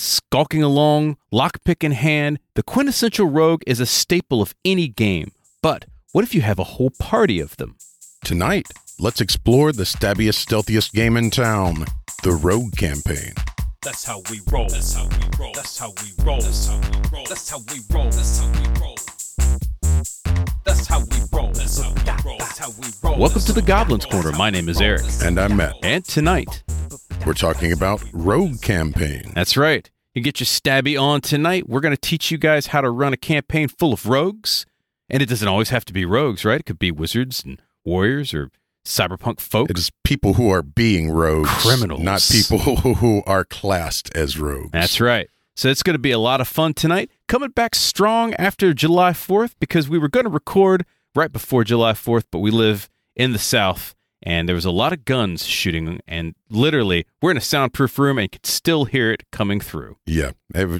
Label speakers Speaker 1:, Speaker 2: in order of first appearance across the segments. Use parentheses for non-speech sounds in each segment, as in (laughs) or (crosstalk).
Speaker 1: skulking along, lockpick in hand. The quintessential rogue is a staple of any game. But what if you have a whole party of them?
Speaker 2: Tonight, let's explore the stabbiest, stealthiest game in town the Rogue Campaign.
Speaker 3: That's how we roll. That's how we roll. That's how we roll. That's how we roll. That's how we roll. That's how we roll. That's how we roll. That's how we roll. That's how we roll.
Speaker 1: Welcome to the Goblins Corner. My name is Eric.
Speaker 2: And I'm Matt.
Speaker 1: And tonight,
Speaker 2: We're talking about Rogue Campaign.
Speaker 1: that's right, you get your stabby on tonight. We're going to teach you guys how to run a campaign full of rogues. And it doesn't always have to be rogues, right? It could be wizards and warriors or cyberpunk folks.
Speaker 2: It is people who are being rogues,
Speaker 1: Criminals.
Speaker 2: not people (laughs) who are classed as rogues.
Speaker 1: That's right. So it's going to be a lot of fun tonight. Coming back strong after July 4th because we were going to record right before July 4th, but we live in the South and there was a lot of guns shooting. And literally, we're in a soundproof room and you could still hear it coming through.
Speaker 2: Yeah, it, wa-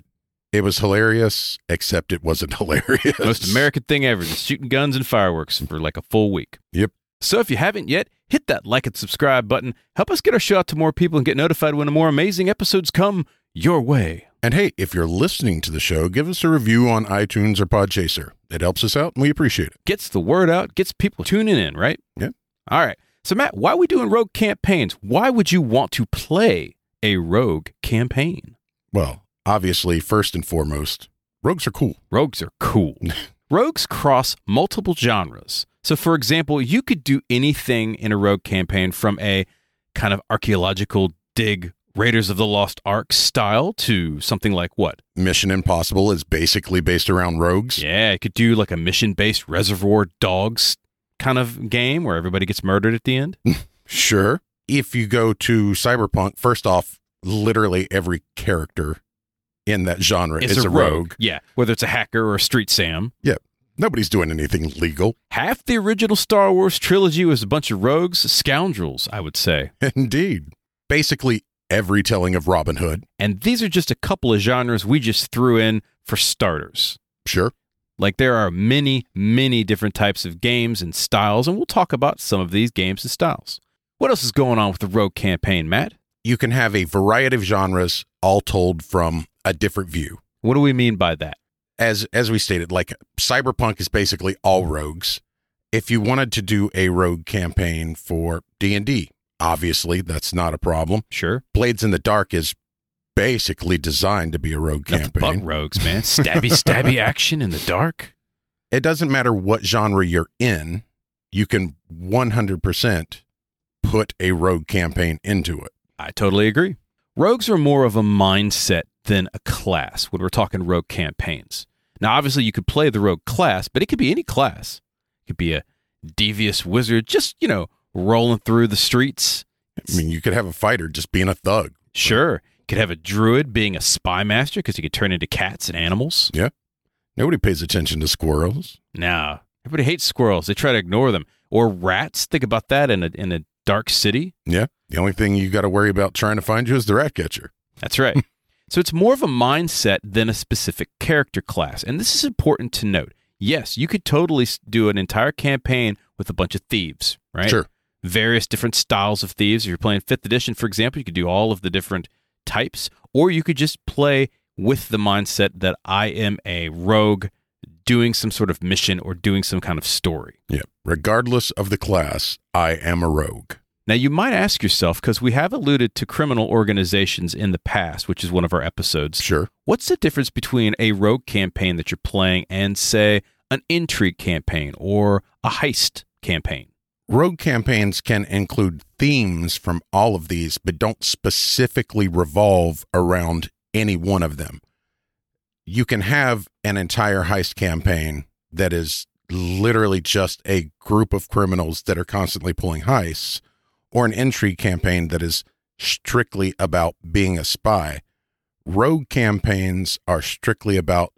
Speaker 2: it was hilarious, except it wasn't (laughs) hilarious.
Speaker 1: Most American thing ever, just shooting guns and fireworks for like a full week.
Speaker 2: Yep.
Speaker 1: So if you haven't yet, hit that like and subscribe button. Help us get our show out to more people and get notified when more amazing episodes come your way.
Speaker 2: And hey, if you're listening to the show, give us a review on iTunes or Podchaser. It helps us out, and we appreciate it.
Speaker 1: gets the word out, gets people tuning in, right?
Speaker 2: Yeah.
Speaker 1: All right. So Matt, why are we doing rogue campaigns? Why would you want to play a rogue campaign?
Speaker 2: Well, obviously, first and foremost, rogues are cool.
Speaker 1: Rogues are cool. Rogues cross multiple genres. So for example, you could do anything in a rogue campaign from a kind of archaeological dig Raiders of the Lost Ark style to something like what?
Speaker 2: Mission Impossible is basically based around rogues.
Speaker 1: Yeah, you could do like a mission-based Reservoir Dogs kind of game where everybody gets murdered at the end.
Speaker 2: Sure. If you go to Cyberpunk, first off, literally every character in that genre is a, rogue.
Speaker 1: Yeah, whether it's a hacker or a street Sam.
Speaker 2: Nobody's doing anything legal. (laughs)
Speaker 1: Half the original Star Wars trilogy was a bunch of rogues, scoundrels, I would say.
Speaker 2: Indeed. Basically, every telling of Robin Hood.
Speaker 1: And these are just a couple of genres we just threw in for starters.
Speaker 2: Sure.
Speaker 1: Like there are many, many different types of games and styles, and we'll talk about some of these games and styles. What else is going on with the rogue campaign, Matt?
Speaker 2: You can have a variety of genres all told from a different view.
Speaker 1: What do we mean by that?
Speaker 2: As as we stated, like Cyberpunk is basically all rogues. If you wanted to do a rogue campaign for D&D, obviously that's not a problem.
Speaker 1: Sure.
Speaker 2: Blades in the Dark is basically designed to be a rogue
Speaker 1: Nothing
Speaker 2: campaign.
Speaker 1: but rogues, man. Stabby,
Speaker 2: (laughs)
Speaker 1: stabby action in the dark.
Speaker 2: it doesn't matter what genre you're in, you can 100% put a rogue campaign into it.
Speaker 1: I totally agree. Rogues are more of a mindset than a class when we're talking rogue campaigns. Now, obviously, you could play the rogue class, but it could be any class. It could be a devious wizard, just, you know, rolling through the streets.
Speaker 2: I mean, you could have a fighter just being a thug.
Speaker 1: Sure. You could have a druid being a spy master because he could turn into cats and animals.
Speaker 2: Nobody pays attention to squirrels.
Speaker 1: Nah, everybody hates squirrels. They try to ignore them. Or rats. Think about that in a, in a dark city.
Speaker 2: Yeah. The only thing you got to worry about trying to find you is the rat catcher.
Speaker 1: That's right. so it's more of a mindset than a specific character class. And this is important to note. Yes, you could totally s- do an entire campaign with a bunch of thieves, right?
Speaker 2: Sure.
Speaker 1: Various different styles of thieves. If you're playing 5th edition, for example, you could do all of the different types, or you could just play with the mindset that I am a rogue doing some sort of mission or doing some kind of story.
Speaker 2: Yeah. Regardless of the class, I am a rogue.
Speaker 1: Now, you might ask yourself, because we have alluded to criminal organizations in the past, which is one of our episodes.
Speaker 2: Sure.
Speaker 1: What's the difference between a rogue campaign that you're playing and, say, an intrigue campaign or a heist campaign?
Speaker 2: Rogue campaigns can include themes from all of these, but don't specifically revolve around any one of them. You can have an entire heist campaign that is literally just a group of criminals that are constantly pulling heists, or an intrigue campaign that is strictly about being a spy. Rogue campaigns are strictly about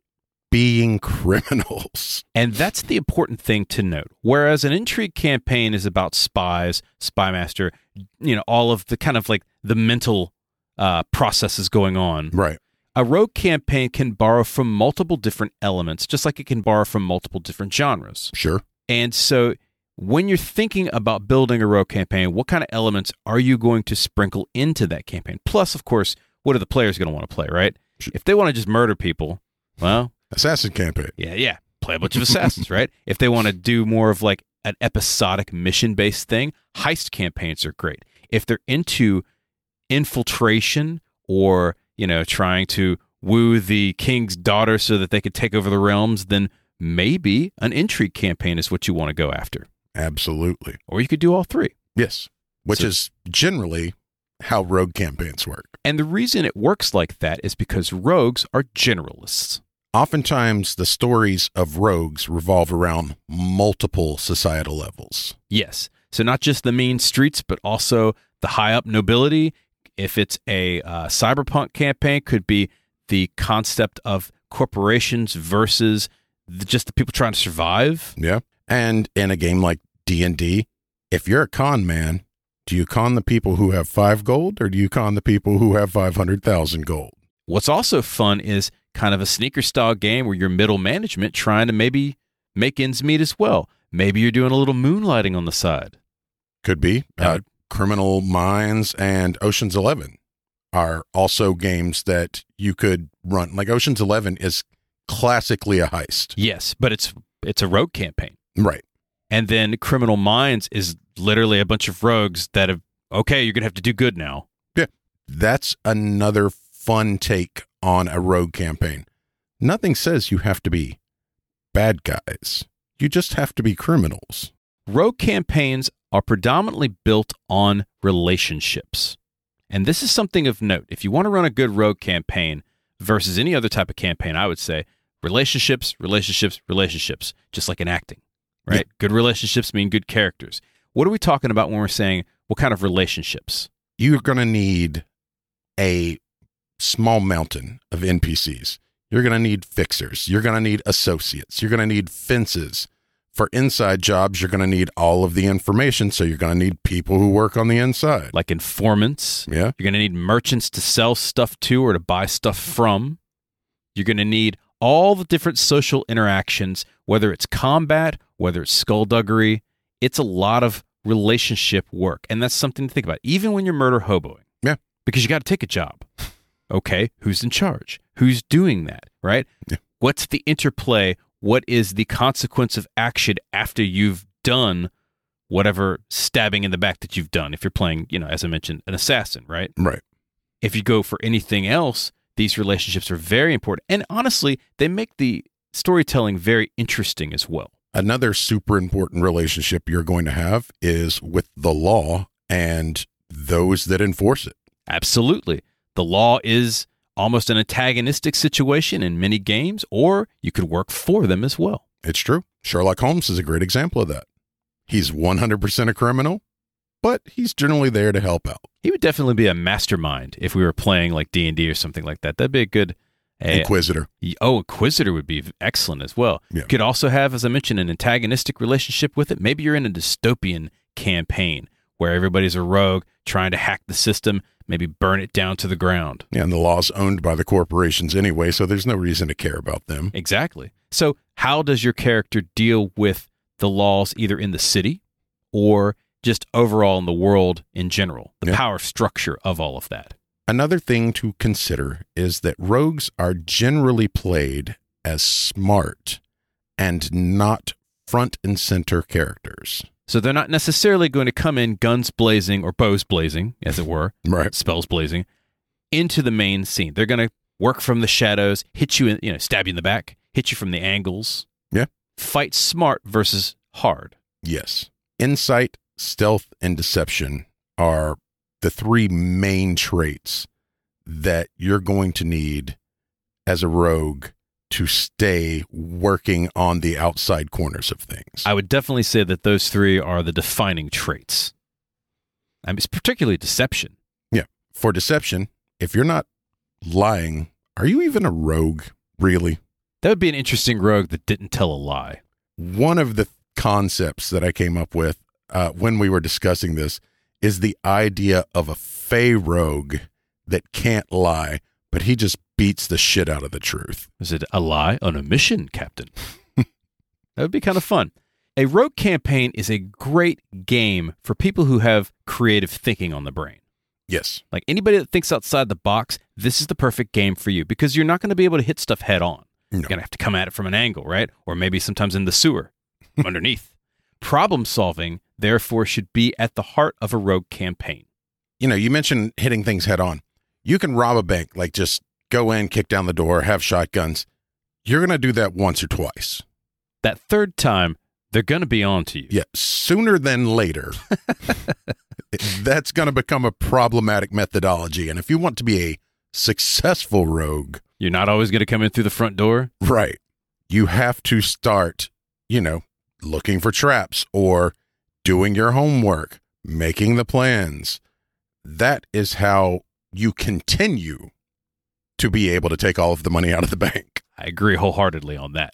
Speaker 2: being (laughs) criminals.
Speaker 1: And that's the important thing to note. Whereas an intrigue campaign is about spies, spy master, you know, all of the kind of like the mental uh, processes going on.
Speaker 2: Right.
Speaker 1: A rogue campaign can borrow from multiple different elements, just like it can borrow from multiple different genres.
Speaker 2: Sure.
Speaker 1: And so when you're thinking about building a rogue campaign, what kind of elements are you going to sprinkle into that campaign? Plus, of course, what are the players going to want to play, right? If they want to just murder people, well,
Speaker 2: Assassin campaign.
Speaker 1: yeah, yeah, play a bunch of assassins, right? If they want to do more of like an episodic mission based thing, heist campaigns are great. If they're into infiltration or, you know, trying to woo the king's daughter so that they could take over the realms, then maybe an intrigue campaign is what you want to go after.
Speaker 2: Absolutely.
Speaker 1: Or you could do all three.
Speaker 2: Yes. Which
Speaker 1: So-
Speaker 2: is generally how rogue campaigns work.
Speaker 1: And the reason it works like that is because rogues are generalists.
Speaker 2: Oftentimes, the stories of rogues revolve around multiple societal levels.
Speaker 1: Yes. So not just the mean streets, but also the high up nobility. If it's a uh, cyberpunk campaign, could be the concept of corporations versus the, just the people trying to survive.
Speaker 2: Yeah. And in a game like D&D, if you're a con man, do you con the people who have 5 gold or do you con the people who have 500,000 gold?
Speaker 1: What's also fun is kind of a sneaker style game where you're middle management trying to maybe make ends meet as well. Maybe you're doing a little moonlighting on the side.
Speaker 2: Could be.
Speaker 1: That
Speaker 2: Uh,
Speaker 1: would-
Speaker 2: Criminal Minds and Ocean's 11 are also games that you could run. Like Ocean's 11 is classically a heist.
Speaker 1: Yes, but it's it's a rogue campaign.
Speaker 2: Right.
Speaker 1: And then Criminal Minds is literally a bunch of rogues that have okay, you're gonna have to do good now.
Speaker 2: That's another fun take on a rogue campaign. Nothing says you have to be bad guys. You just have to be criminals.
Speaker 1: Rogue campaigns are predominantly built on relationships. And this is something of note. If you want to run a good rogue campaign versus any other type of campaign, I would say relationships, relationships, relationships, just like in acting, right? Good relationships mean good characters. What are we talking about when we're saying what kind of relationships?
Speaker 2: You're going to need a small mountain of NPCs. You're going to need fixers. You're going to need associates. You're going to need fences. For inside jobs, you're going to need all of the information. So you're going to need people who work on the inside.
Speaker 1: Like informants,
Speaker 2: Yeah.
Speaker 1: You're going to need merchants to sell stuff to or to buy stuff from. You're going to need all the different social interactions, whether it's combat, whether it's skullduggery. It's a lot of relationship work. And that's something to think about, even when you're murder hoboing.
Speaker 2: Yeah.
Speaker 1: Because you got to take a job. Okay. Who's in charge? Who's doing that? Right.
Speaker 2: Yeah.
Speaker 1: What's the interplay? What is the consequence of action after you've done whatever stabbing in the back that you've done? If you're playing, you know, as I mentioned, an assassin, right?
Speaker 2: Right.
Speaker 1: if you go for anything else, these relationships are very important. And honestly, they make the storytelling very interesting as well.
Speaker 2: another super important relationship you're going to have is with the law and those that enforce it.
Speaker 1: Absolutely. The law is almost an antagonistic situation in many games, or you could work for them as well.
Speaker 2: It's true. Sherlock Holmes is a great example of that. He's 100% a criminal, but he's generally there to help out.
Speaker 1: He would definitely be a mastermind if we were playing like D&D or something like that. That'd be a good a-
Speaker 2: Inquisitor.
Speaker 1: Oh, Inquisitor would be excellent as well.
Speaker 2: Yeah.
Speaker 1: Could also have, as I mentioned, an antagonistic relationship with it. Maybe you're in a dystopian campaign where everybody's a rogue trying to hack the system, maybe burn it down to the ground.
Speaker 2: Yeah, and the law's owned by the corporations anyway, so there's no reason to care about them.
Speaker 1: Exactly. So, how does your character deal with the laws either in the city or just overall in the world in general? The
Speaker 2: Yeah.
Speaker 1: power structure of all of that.
Speaker 2: Another thing to consider is that rogues are generally played as smart and not front and center characters.
Speaker 1: So, they're not necessarily going to come in guns blazing or bows blazing, as it were.
Speaker 2: Right.
Speaker 1: spells blazing into the main scene. They're going to work from the shadows, hit you in, you know, stab you in the back, hit you from the angles.
Speaker 2: Yeah.
Speaker 1: Fight smart versus hard.
Speaker 2: Yes. Insight, stealth, and deception are the three main traits that you're going to need as a rogue to stay working on the outside corners of things.
Speaker 1: I would definitely say that those three are the defining traits. I mean, it's particularly deception.
Speaker 2: For deception, if you're not lying, are you even a rogue, really?
Speaker 1: That would be an interesting rogue that didn't tell a lie.
Speaker 2: One of the concepts that I came up with uh, when we were discussing this is the idea of a fey rogue that can't lie, but he just beats the shit out of the truth.
Speaker 1: Is it a lie on a mission, Captain? that would be kind of fun. A rogue campaign is a great game for people who have creative thinking on the brain.
Speaker 2: Yes.
Speaker 1: Like anybody that thinks outside the box, this is the perfect game for you because you're not going to be able to hit stuff head on.
Speaker 2: No.
Speaker 1: You're going to have to come at it from an angle, right? Or maybe sometimes in the
Speaker 2: (laughs)
Speaker 1: sewer, underneath. Problem solving, therefore, should be at the heart of a rogue campaign.
Speaker 2: You know, you mentioned hitting things head on. You can rob a bank, like just go in, kick down the door, have shotguns. You're going to do that once or twice.
Speaker 1: That third time, they're going to be on to you.
Speaker 2: Yeah, sooner than later. That's going to become a problematic methodology. And if you want to be a successful rogue,
Speaker 1: You're not always going to come in through the front door.
Speaker 2: right, you have to start, you know, looking for traps or doing your homework, making the plans. That is how you continue to be able to take all of the money out of the (laughs) bank.
Speaker 1: I agree wholeheartedly on that.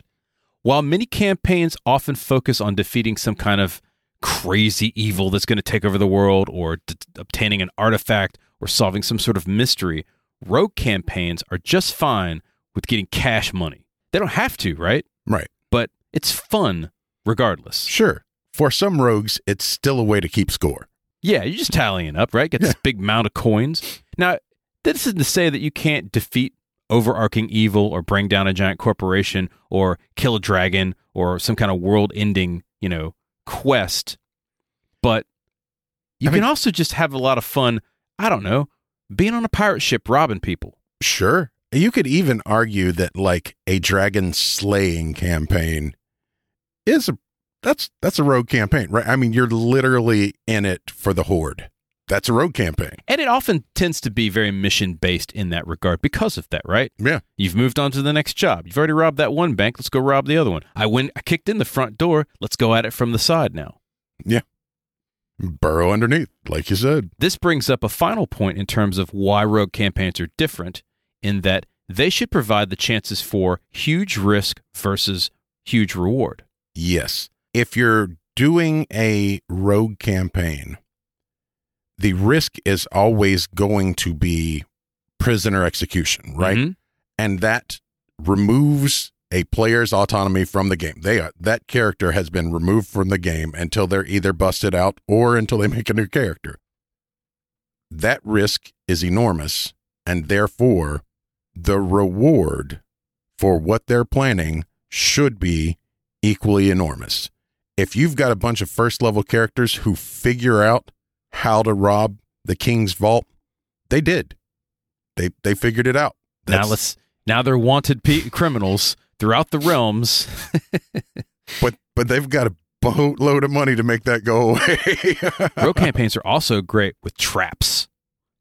Speaker 1: While many campaigns often focus on defeating some kind of crazy evil that's going to take over the world or d- obtaining an artifact or solving some sort of mystery, rogue campaigns are just fine with getting cash money. They don't have to, right?
Speaker 2: Right.
Speaker 1: But it's fun regardless.
Speaker 2: Sure. For some rogues, it's still a way to keep score.
Speaker 1: Yeah, you're just tallying up, right? Get this big mound of coins. Now, this isn't to say that you can't defeat overarching evil or bring down a giant corporation or kill a dragon or some kind of world ending, you know, quest. But you
Speaker 2: I
Speaker 1: can
Speaker 2: mean-
Speaker 1: also just have a lot of fun, I don't know, being on a pirate ship robbing people.
Speaker 2: Sure. You could even argue that like a dragon slaying campaign is a that's that's a rogue campaign, right? I mean, you're literally in it for the horde. That's a rogue campaign.
Speaker 1: And it often tends to be very mission based in that regard because of that, right?
Speaker 2: Yeah.
Speaker 1: You've moved on to the next job. You've already robbed that one bank. Let's go rob the other one. I went I kicked in the front door. Let's go at it from the side now.
Speaker 2: Burrow underneath, like you said.
Speaker 1: This brings up a final point in terms of why rogue campaigns are different in that they should provide the chances for huge risk versus huge reward.
Speaker 2: Yes. If you're doing a rogue campaign, the risk is always going to be prisoner execution, right?
Speaker 1: Mhm.
Speaker 2: and that removes a player's autonomy from the game. They are that character has been removed from the game until they're either busted out or until they make a new character. That risk is enormous, and therefore the reward for what they're planning should be equally enormous. If you've got a bunch of first level characters who figure out how to rob the king's vault, they did. They they figured it out.
Speaker 1: Now let's now they're wanted pe- criminals throughout the (laughs) realms.
Speaker 2: but but they've got a boatload of money to make that go away.
Speaker 1: rogue campaigns are also great with traps.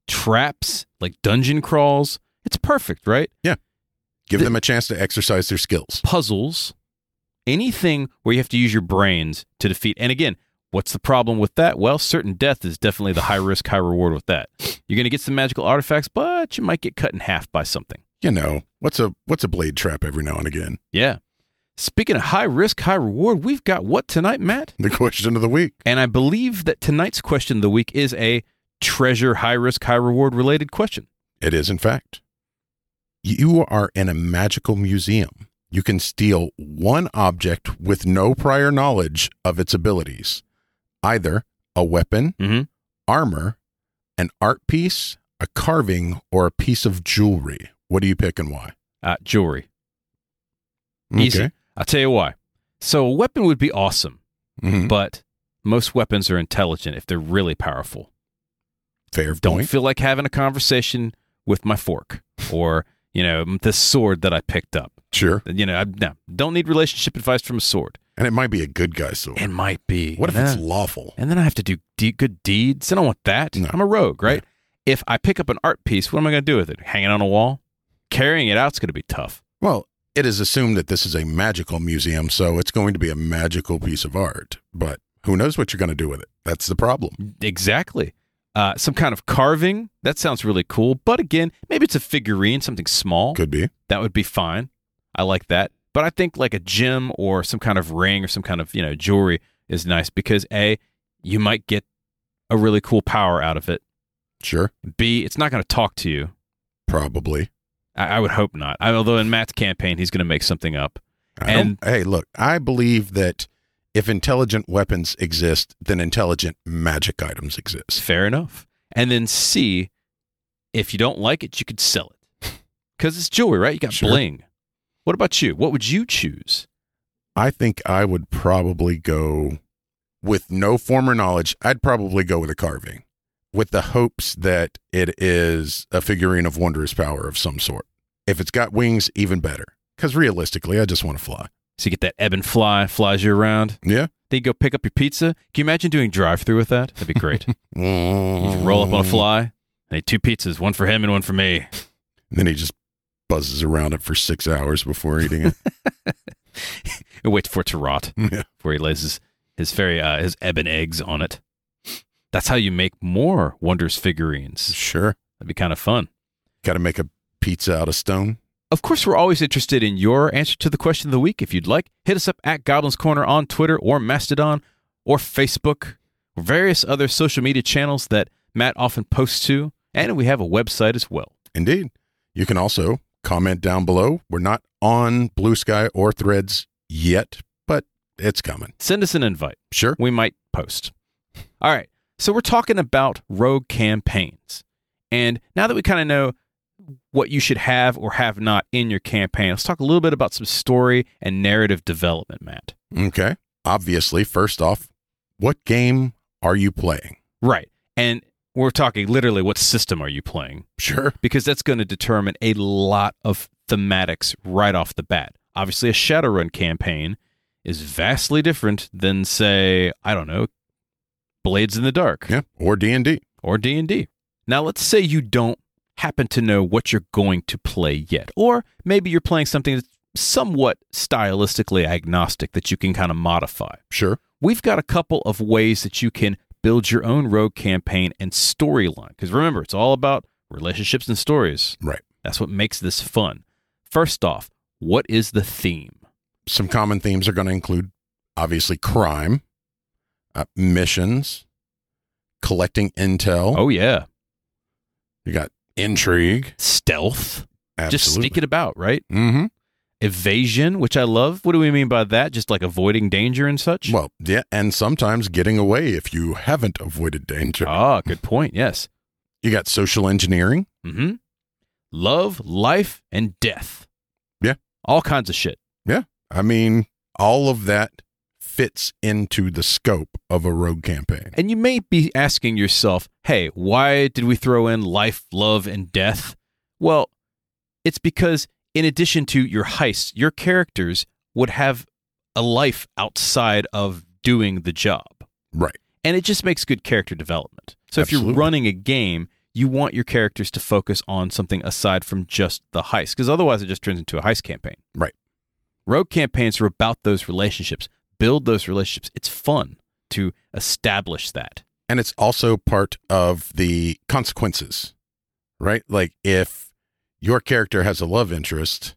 Speaker 1: Traps like dungeon crawls. It's perfect, right?
Speaker 2: (laughs) Give them a chance to exercise their skills.
Speaker 1: puzzles, anything where you have to use your brains to defeat. And again, what's the problem with that? Well, certain death is definitely the high risk, high reward with that. You're going to get some magical artifacts, but you might get cut in half by something.
Speaker 2: You know what's a what's a blade trap every now and again.
Speaker 1: Yeah. Speaking of high risk, high reward, we've got what tonight, Matt?
Speaker 2: The question of the week.
Speaker 1: And I believe that tonight's question of the week is a treasure high risk, high reward related question.
Speaker 2: It is in fact. You are in a magical museum. You can steal one object with no prior knowledge of its abilities, either a weapon,
Speaker 1: Mhm.
Speaker 2: armor, an art piece, a carving, or a piece of jewelry. What do you pick and why?
Speaker 1: Uh, jewelry. Easy. I'll tell you why. So, a weapon would be awesome.
Speaker 2: Mhm.
Speaker 1: but most weapons are intelligent if they're really powerful.
Speaker 2: Fair
Speaker 1: Don't
Speaker 2: point.
Speaker 1: feel like having a conversation with my fork or, you know, this sword that I picked up.
Speaker 2: Sure.
Speaker 1: You know, I no, don't need relationship advice from a sword.
Speaker 2: And it might be a good guy sword.
Speaker 1: It might be.
Speaker 2: what if
Speaker 1: and
Speaker 2: it's
Speaker 1: then-
Speaker 2: lawful?
Speaker 1: And then I have to do de- good deeds. I don't want that.
Speaker 2: No.
Speaker 1: I'm a rogue, right? If I pick up an art piece, what am I going to do with it? Hang it on a wall? Carrying it out's going to be tough.
Speaker 2: Well, it is assumed that this is a magical museum, so it's going to be a magical piece of art. But who knows what you're going to do with it? That's the problem.
Speaker 1: Exactly. Uh, some kind of carving. That sounds really cool. But again, maybe it's a figurine, something small.
Speaker 2: Could be.
Speaker 1: that would be fine. I like that. But I think like a gem or some kind of ring or some kind of, you know, jewelry is nice because A, you might get a really cool power out of it.
Speaker 2: Sure.
Speaker 1: B, it's not going to talk to you.
Speaker 2: Probably.
Speaker 1: I, I would hope not. I, although in Matt's campaign, he's going to make something up.
Speaker 2: I don't-
Speaker 1: And-
Speaker 2: hey, look, I believe that if intelligent weapons exist, then intelligent magic items exist.
Speaker 1: Fair enough. and then C, if you don't like it, you could sell it (laughs) because it's jewelry, right? You got
Speaker 2: Sure.
Speaker 1: bling. What about you? What would you choose?
Speaker 2: I think I would probably go with no former knowledge. I'd probably go with a carving with the hopes that it is a figurine of wondrous power of some sort. If it's got wings, even better. Because realistically, I just want to fly.
Speaker 1: So you get that ebb and fly, flies you around.
Speaker 2: Yeah.
Speaker 1: Then you go pick up your pizza. Can you imagine doing drive through with that? That'd be great. you just roll up on a fly. and they had two pizzas, one for him and one for me.
Speaker 2: Then he just buzzes around it for six hours before eating
Speaker 1: (laughs)
Speaker 2: it.
Speaker 1: And wait for it to rot
Speaker 2: yeah.
Speaker 1: before he lays his, his fairy uh, his ebon eggs on it. That's how you make more wondrous figurines.
Speaker 2: Sure.
Speaker 1: That'd be kind of fun.
Speaker 2: Got to make a pizza out of stone.
Speaker 1: Of course, we're always interested in your answer to the question of the week. If you'd like, hit us up at Goblins Corner on Twitter or Mastodon or Facebook or various other social media channels that Matt often posts to. And we have a website as well.
Speaker 2: Indeed. You can also comment down below. We're not on Blue Sky or Threads yet, but it's coming.
Speaker 1: Send us an invite.
Speaker 2: Sure.
Speaker 1: We might post. All right. So we're talking about rogue campaigns. And now that we kind of know what you should have or have not in your campaign, let's talk a little bit about some story and narrative development, Matt.
Speaker 2: Okay. Obviously, first off, what game are you playing?
Speaker 1: Right. And we're talking literally what system are you playing?
Speaker 2: Sure.
Speaker 1: Because that's going to determine a lot of thematics right off the bat. Obviously, a Shadowrun campaign is vastly different than say, I don't know, Blades in the Dark
Speaker 2: Yeah. Or D and D.
Speaker 1: or D&D. Now, let's say you don't happen to know what you're going to play yet, or maybe you're playing something that's somewhat stylistically agnostic that you can kind of modify
Speaker 2: Sure.
Speaker 1: we've got a couple of ways that you can build your own rogue campaign and storyline. Because remember, it's all about relationships and stories.
Speaker 2: Right.
Speaker 1: That's what makes this fun. First off, what is the theme?
Speaker 2: Some common themes are going to include, obviously, crime, uh, missions, collecting intel.
Speaker 1: Oh, yeah.
Speaker 2: You got intrigue.
Speaker 1: Stealth.
Speaker 2: Absolutely.
Speaker 1: Just sneak it about, right?
Speaker 2: Mm-hmm.
Speaker 1: Evasion, which I love. What do we mean by that? Just like avoiding danger and such?
Speaker 2: Well, yeah, and sometimes getting away if you haven't avoided danger.
Speaker 1: Ah, good point. Yes.
Speaker 2: You got social engineering.
Speaker 1: Mm-hmm. Love, life, and death.
Speaker 2: Yeah.
Speaker 1: All kinds of shit.
Speaker 2: I mean, all of that fits into the scope of a rogue campaign.
Speaker 1: And you may be asking yourself, hey, why did we throw in life, love, and death? Well, it's because in addition to your heists, your characters would have a life outside of doing the job.
Speaker 2: Right.
Speaker 1: And it just makes good character development. So if you're
Speaker 2: Absolutely.
Speaker 1: running a game, you want your characters to focus on something aside from just the heist, because otherwise it just turns into a heist campaign.
Speaker 2: Right.
Speaker 1: Rogue campaigns are about those relationships. Build those relationships. It's fun to establish that.
Speaker 2: And it's also part of the consequences, right? Like if your character has a love interest,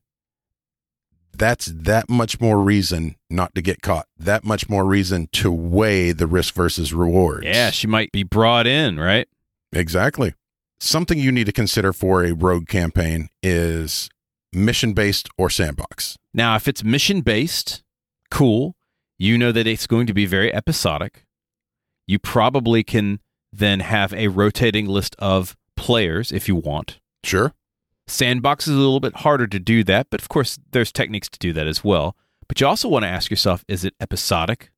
Speaker 2: that's that much more reason not to get caught, that much more reason to weigh the risk versus rewards.
Speaker 1: Yeah, she might be brought in, right?
Speaker 2: Exactly. Something you need to consider for a rogue campaign is mission based or sandbox.
Speaker 1: Now, if it's mission based, cool. You know that it's going to be very episodic. You probably can then have a rotating list of players if you want.
Speaker 2: Sure.
Speaker 1: Sandbox is a little bit harder to do that, but of course, there's techniques to do that as well. But you also want to ask yourself is it episodic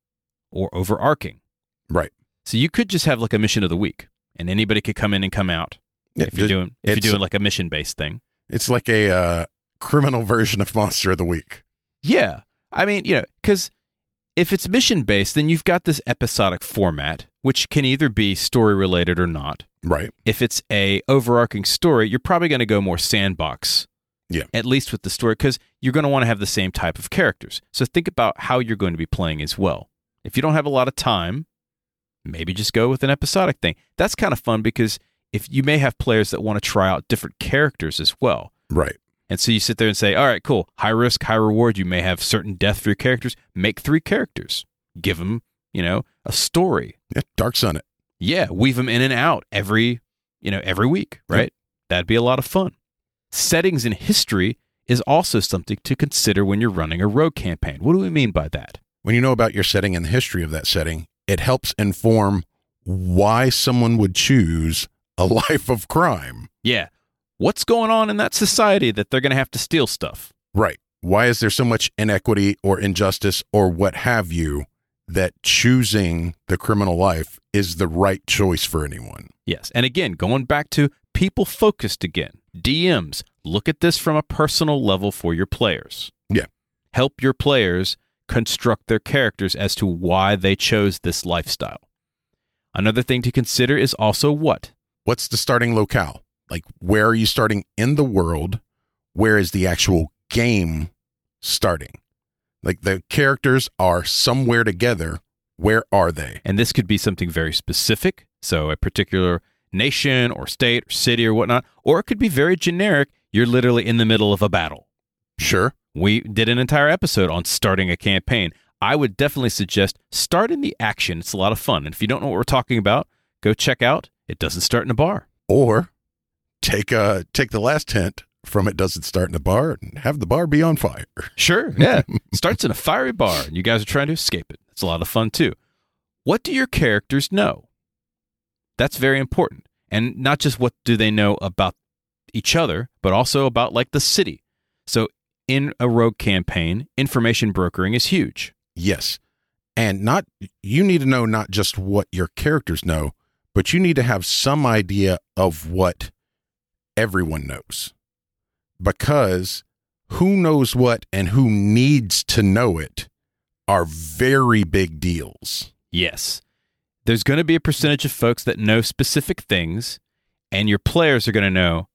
Speaker 1: or overarching?
Speaker 2: Right.
Speaker 1: So you could just have like a mission of the week and anybody could come in and come out if you're doing if
Speaker 2: it's-
Speaker 1: you're doing like a mission based thing.
Speaker 2: It's like a uh, criminal (laughs) version of Monster of the Week.
Speaker 1: Yeah. I mean, you know, because if it's mission based, then you've got this episodic format, which can either be story related or not.
Speaker 2: Right.
Speaker 1: If it's a overarching story, you're probably going to go more sandbox.
Speaker 2: Yeah.
Speaker 1: At least with the story, because you're going to want to have the same type of characters. So think about how you're going to be playing as well. If you don't have a lot of time, maybe just go with an episodic thing. That's kind of fun because if you may have players that want to try out different characters as well.
Speaker 2: Right.
Speaker 1: And so you sit there and say, all right, cool. High risk, high reward. You may have certain death for your characters. Make three characters. Give them, you know, a story.
Speaker 2: Yeah, Dark Sun it.
Speaker 1: Yeah, weave them in and out every, you know, every week,
Speaker 2: Yep.
Speaker 1: right? That'd be a lot of fun. Settings and history is also something to consider when you're running a rogue campaign. What do we mean by that?
Speaker 2: When you know about your setting and the history of that setting, it helps inform why someone would choose a (laughs) life of crime.
Speaker 1: Yeah. What's going on in that society that they're going to have to steal stuff?
Speaker 2: Right. Why is there so much inequity or injustice or what have you that choosing the criminal life is the right choice for anyone?
Speaker 1: Yes. And again, going back to people focused again, DMs, look at this from a personal level for your players.
Speaker 2: Yeah.
Speaker 1: Help your players construct their characters as to why they chose this lifestyle. Another thing to consider is also what?
Speaker 2: What's the starting locale? Like, where are you starting in the world? Where is the actual game starting? Like, the characters are somewhere together. Where are they?
Speaker 1: And this could be something very specific, so a particular nation or state or city or whatnot, or it could be very generic. You're literally in the middle of a battle.
Speaker 2: Sure.
Speaker 1: We did an entire episode on starting a campaign. I would definitely suggest start in the action. It's a lot of fun. And if you don't know what we're talking about, go check out It Doesn't Start in a Bar.
Speaker 2: Or take uh take the last hint from it doesn't start in a bar and have the bar be on fire.
Speaker 1: (laughs) Sure.
Speaker 2: (laughs)
Speaker 1: Yeah. Starts in a fiery bar and you guys are trying to escape it. It's a lot of fun too. What do your characters know? That's very important. And not just what do they know about each other, but also about like the city. So in a rogue campaign, information brokering is huge.
Speaker 2: Yes. And not you need to know not just what your characters know, but you need to have some idea of what everyone knows. Because who knows what and who needs to know it are very big deals.
Speaker 1: Yes. There's going to be a percentage of folks that know specific things, and your players are going to know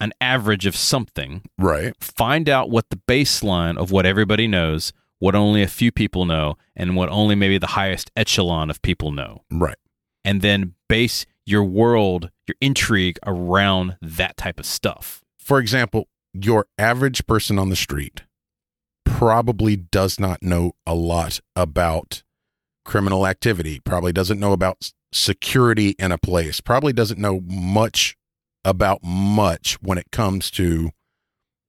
Speaker 1: an average of something.
Speaker 2: Right.
Speaker 1: Find out what the baseline of what everybody knows, what only a few people know, and what only maybe the highest echelon of people know.
Speaker 2: Right.
Speaker 1: And then base your world, your intrigue around that type of stuff.
Speaker 2: For example, your average person on the street probably does not know a lot about criminal activity, probably doesn't know about s- security in a place, probably doesn't know much about much when it comes to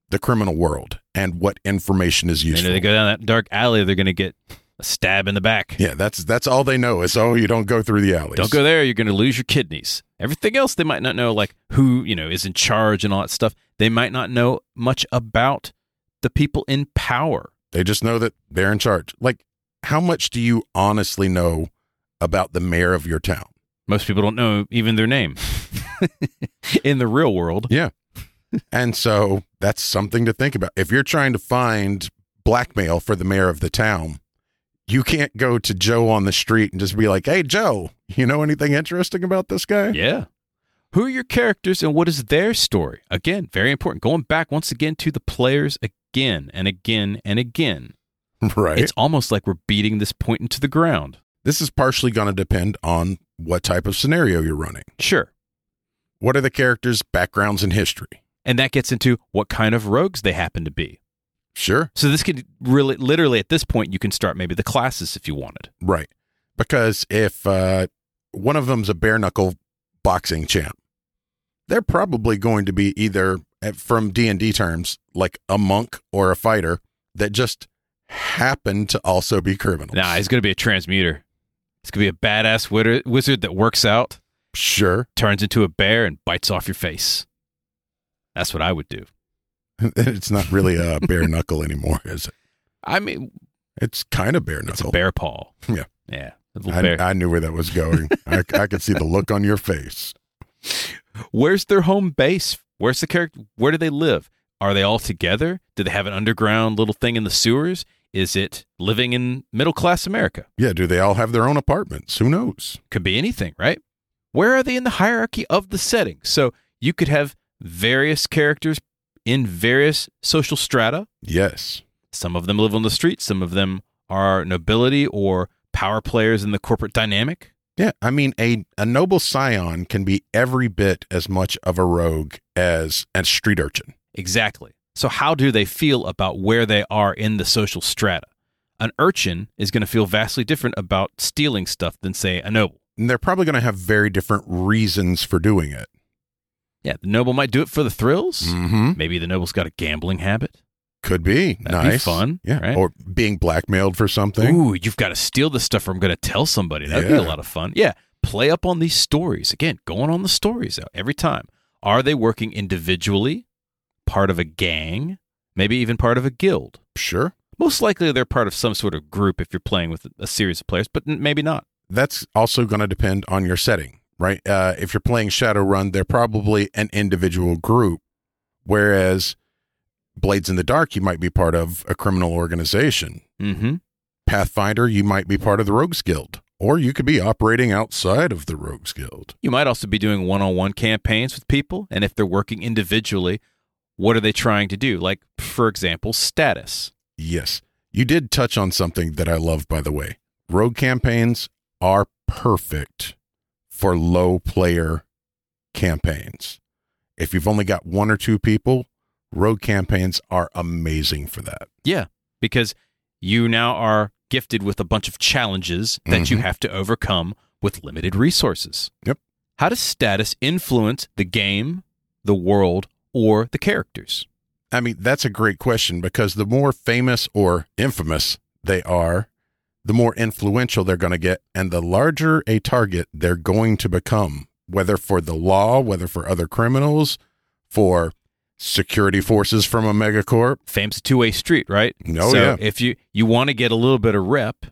Speaker 2: the criminal world and what information is
Speaker 1: And if
Speaker 2: useful.
Speaker 1: they go down that dark alley, they're going to get a stab in the back.
Speaker 2: yeah, that's that's all they know is oh, you don't go through the alleys.
Speaker 1: Don't go there, you're going to lose your kidneys. Everything else they might not know, like who, you know, is in charge and all that stuff. They might not know much about the people in power.
Speaker 2: They just know that they're in charge. Like, how much do you honestly know about the mayor of your town?
Speaker 1: Most people don't know even their name in the real world.
Speaker 2: And so that's something to think about. If you're trying to find blackmail for the mayor of the town, you can't go to Joe on the street and just be like, hey, Joe, you know anything interesting about this guy?
Speaker 1: Yeah. Who are your characters and what is their story? Again, very important. Going back once again to the players again and again and again.
Speaker 2: (laughs) Right.
Speaker 1: It's almost like we're beating this point into the ground.
Speaker 2: this is partially going to depend on what type of scenario you're running.
Speaker 1: Sure.
Speaker 2: What are the characters' backgrounds and history?
Speaker 1: And that gets into what kind of rogues they happen to be.
Speaker 2: Sure.
Speaker 1: So this could really literally at this point you can start maybe the classes if you wanted.
Speaker 2: Right. Because if uh, one of them's a bare knuckle boxing champ, they're probably going to be either, eh, from D and D terms, like a monk or a fighter that just happen to also be criminals.
Speaker 1: Nah, he's going to be a transmuter. He's going to be a badass wizard, wizard that works out,
Speaker 2: sure. (laughs)
Speaker 1: turns into a bear and bites off your face. That's what I would do.
Speaker 2: it's not really a bare knuckle anymore, is it?
Speaker 1: I mean,
Speaker 2: It's kind of bare
Speaker 1: it's a
Speaker 2: knuckle.
Speaker 1: bear paw.
Speaker 2: (laughs) Yeah.
Speaker 1: Yeah. a little
Speaker 2: I,
Speaker 1: bear.
Speaker 2: I knew where that was going. I, I could see the look on your face.
Speaker 1: Where's their home base? Where's the character? Where do they live? Are they all together? Do they have an underground little thing in the sewers? Is it living in middle class America?
Speaker 2: Yeah, do they all have their own apartments? Who knows?
Speaker 1: Could be anything, right? Where are they in the hierarchy of the setting? So you could have various characters in various social strata.
Speaker 2: Yes.
Speaker 1: Some of them live on the street, some of them are nobility or power players in the corporate dynamic.
Speaker 2: Yeah, I mean a a noble scion can be every bit as much of a rogue as a street urchin.
Speaker 1: Exactly. So, how do they feel about where they are in the social strata? An urchin is going to feel vastly different about stealing stuff than, say, a noble.
Speaker 2: And they're probably going to have very different reasons for doing it.
Speaker 1: Yeah, the noble might do it for the thrills.
Speaker 2: Mm-hmm.
Speaker 1: Maybe the noble's got a gambling habit.
Speaker 2: Could be
Speaker 1: That'd be
Speaker 2: nice,
Speaker 1: fun,
Speaker 2: yeah,
Speaker 1: right?
Speaker 2: or being blackmailed for something.
Speaker 1: Ooh, you've got to steal this stuff or I'm going to tell somebody. That'd be a
Speaker 2: Yeah.
Speaker 1: lot of fun. Yeah.
Speaker 3: play up on these stories. Again, going on the stories though, every time. Are they working individually, part of a gang, maybe even part of a guild?
Speaker 2: Sure.
Speaker 3: Most likely they're part of some sort of group if you're playing with a series of players, but n- maybe not.
Speaker 2: That's also going to depend on your setting, right? Uh, if you're playing Shadowrun, they're probably an individual group, whereas Blades in the Dark, you might be part of a criminal organization.
Speaker 3: Mm-hmm.
Speaker 2: Pathfinder, you might be part of the Rogues Guild, or you could be operating outside of the Rogues Guild.
Speaker 3: You might also be doing one on one campaigns with people, and if they're working individually, what are they trying to do? Like, for example, status.
Speaker 2: Yes. You did touch on something that I love, by the way. Rogue campaigns are perfect for low player campaigns. If you've only got one or two people, rogue campaigns are amazing for that.
Speaker 3: Yeah, because you now are gifted with a bunch of challenges that you
Speaker 1: Mm-hmm.
Speaker 2: Mhm.
Speaker 3: have to overcome with limited resources.
Speaker 2: Yep.
Speaker 3: How does status influence the game, the world, or the characters?
Speaker 2: I mean, that's a great question because the more famous or infamous they are, the more influential they're going to get and the larger a target they're going to become, whether for the law, whether for other criminals, for security forces from a megacorp.
Speaker 3: Fame's a two-way street, right?
Speaker 2: Oh,
Speaker 3: so
Speaker 2: yeah.
Speaker 3: if you you want to get a little bit of rep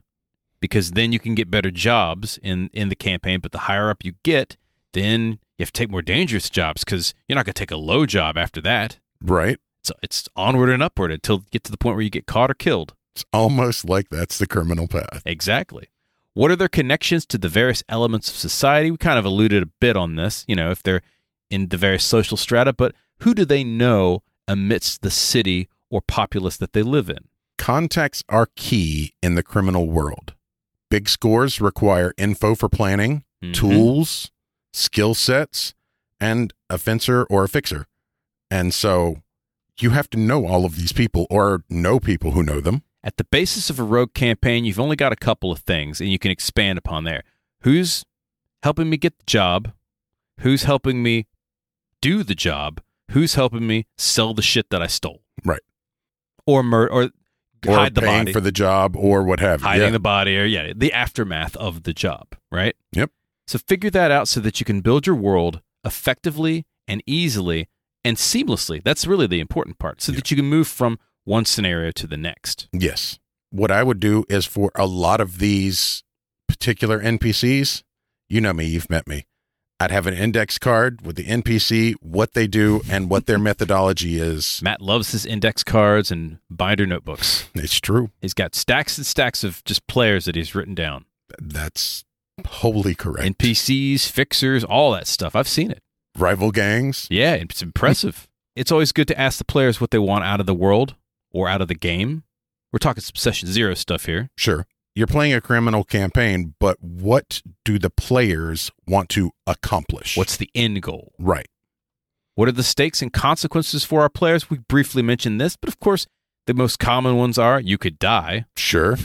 Speaker 3: because then you can get better jobs in in the campaign, but the higher up you get, then you have to take more dangerous jobs cuz you're not going to take a low job after that.
Speaker 2: Right?
Speaker 3: So it's onward and upward until you get to the point where you get caught or killed.
Speaker 2: It's almost like that's the criminal path.
Speaker 3: Exactly. What are their connections to the various elements of society? We kind of alluded a bit on this, you know, if they're in the various social strata, but who do they know amidst the city or populace that they live in?
Speaker 2: Contacts are key in the criminal world. Big scores require info for planning,
Speaker 3: Mhm.
Speaker 2: tools, skill sets, and a fencer or a fixer. And so you have to know all of these people or know people who know them.
Speaker 3: At the basis of a rogue campaign, you've only got a couple of things and you can expand upon there. Who's helping me get the job? Who's helping me do the job? Who's helping me sell the shit that I stole?
Speaker 2: Right.
Speaker 3: Or murder or,
Speaker 2: Or
Speaker 3: hide the
Speaker 2: paying
Speaker 3: body.
Speaker 2: for the job or what have you.
Speaker 3: hiding
Speaker 2: Yeah.
Speaker 3: the body or yeah the aftermath of the job right
Speaker 2: Yep.
Speaker 3: so figure that out so that you can build your world effectively and easily and seamlessly that's really the important part so
Speaker 2: Yeah.
Speaker 3: that you can move from one scenario to the next
Speaker 2: Yes. What I would do is for a lot of these particular NPCs, you know me, you've met me. I'd have an index card with the NPC, what they do, and what their
Speaker 3: (laughs)
Speaker 2: methodology is.
Speaker 3: matt loves his index cards and binder notebooks
Speaker 2: It's true.
Speaker 3: he's got stacks and stacks of just players that he's written down
Speaker 2: That's wholly correct.
Speaker 3: npcs fixers all that stuff i've seen it
Speaker 2: Rival gangs.
Speaker 3: Yeah, it's impressive. (laughs) it's always good to ask the players what they want out of the world or out of the game. We're talking some session zero stuff here.
Speaker 2: Sure. You're playing a criminal campaign, but what do the players want to accomplish?
Speaker 3: What's the end goal?
Speaker 2: right?
Speaker 3: What are the stakes and consequences for our players? We briefly mentioned this, but of course, the most common ones are you could die (laughs)
Speaker 2: Sure.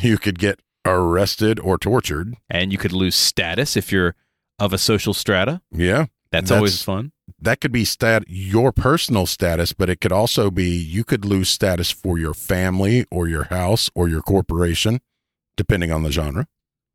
Speaker 2: you could get arrested or tortured.
Speaker 3: and you could lose status if you're of a social strata.
Speaker 2: Yeah.
Speaker 3: That's,
Speaker 2: That's-
Speaker 3: always fun.
Speaker 2: that could be stat your personal status, but it could also be you could lose status for your family or your house or your corporation, depending on the genre.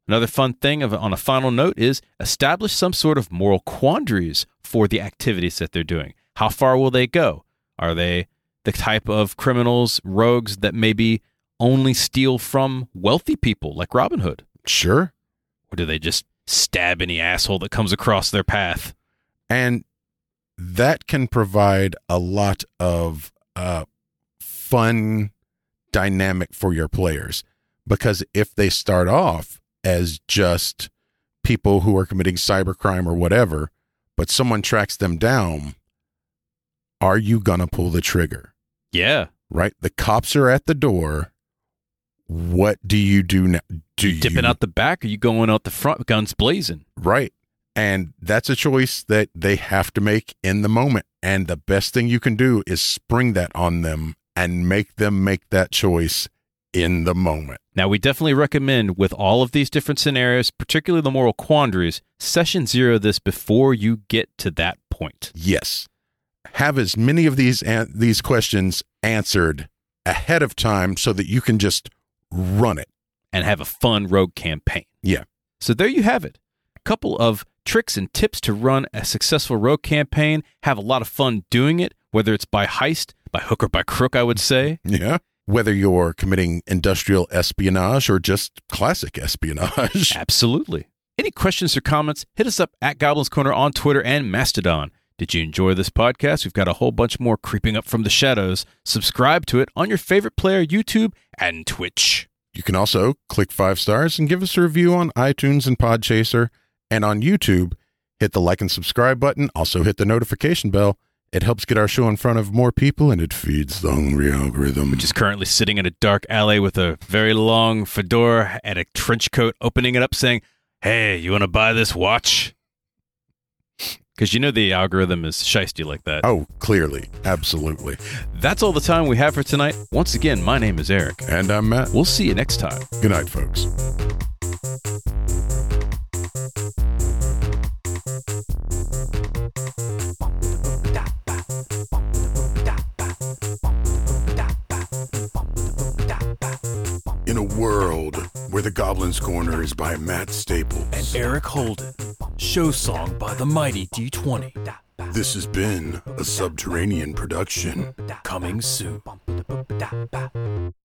Speaker 3: Another fun thing of, on a final note is establish some sort of moral quandaries for the activities that they're doing. How far will they go? Are they the type of criminals, rogues that maybe only steal from wealthy people like Robin Hood?
Speaker 2: Sure.
Speaker 3: Or do they just stab any asshole that comes across their path?
Speaker 2: And that can provide a lot of uh, fun dynamic for your players because if they start off as just people who are committing cybercrime or whatever, but someone tracks them down, are you going to pull the trigger?
Speaker 3: Yeah.
Speaker 2: right? The cops are at the door. What do you do now? Do you
Speaker 3: Dipping out the back, or you going out the front, guns blazing?
Speaker 2: Right. And that's a choice that they have to make in the moment. And the best thing you can do is spring that on them and make them make that choice in the moment.
Speaker 3: Now, we definitely recommend with all of these different scenarios, particularly the moral quandaries, session zero this before you get to that point.
Speaker 2: Yes. Have as many of these an- these questions answered ahead of time so that you can just run it.
Speaker 3: and have a fun rogue campaign.
Speaker 2: Yeah.
Speaker 3: So there you have it.
Speaker 1: couple of tricks and tips to run a successful road campaign, have a lot of fun doing it, whether it's by heist, by hook or by crook, I would say.
Speaker 2: Yeah. Whether you're committing industrial espionage or just classic (laughs) espionage.
Speaker 1: Absolutely. Any questions or comments, hit us up at Goblins Corner on Twitter and Mastodon. Did you enjoy this podcast? We've got a whole bunch more creeping up from the shadows. Subscribe to it on your favorite player, YouTube, and Twitch.
Speaker 2: You can also click five stars and give us a review on iTunes and Podchaser. And on YouTube, hit the like and subscribe button. Also, hit the notification bell. It helps get our show in front of more people and it feeds the hungry algorithm.
Speaker 1: Which is currently sitting in a dark alley with a very long fedora and a trench coat, opening it up saying, Hey, you want to buy this watch? Because you know the algorithm is shisty like that.
Speaker 2: oh, clearly. Absolutely.
Speaker 1: That's all the time we have for tonight. Once again, my name is Eric.
Speaker 2: And I'm Matt.
Speaker 1: We'll see you next time.
Speaker 2: Good night, folks. In a world where the Goblin's Corner is by Matt Staples,
Speaker 4: Eric Holden. Show song by the mighty D20.
Speaker 2: this has been a subterranean production.
Speaker 4: Coming soon.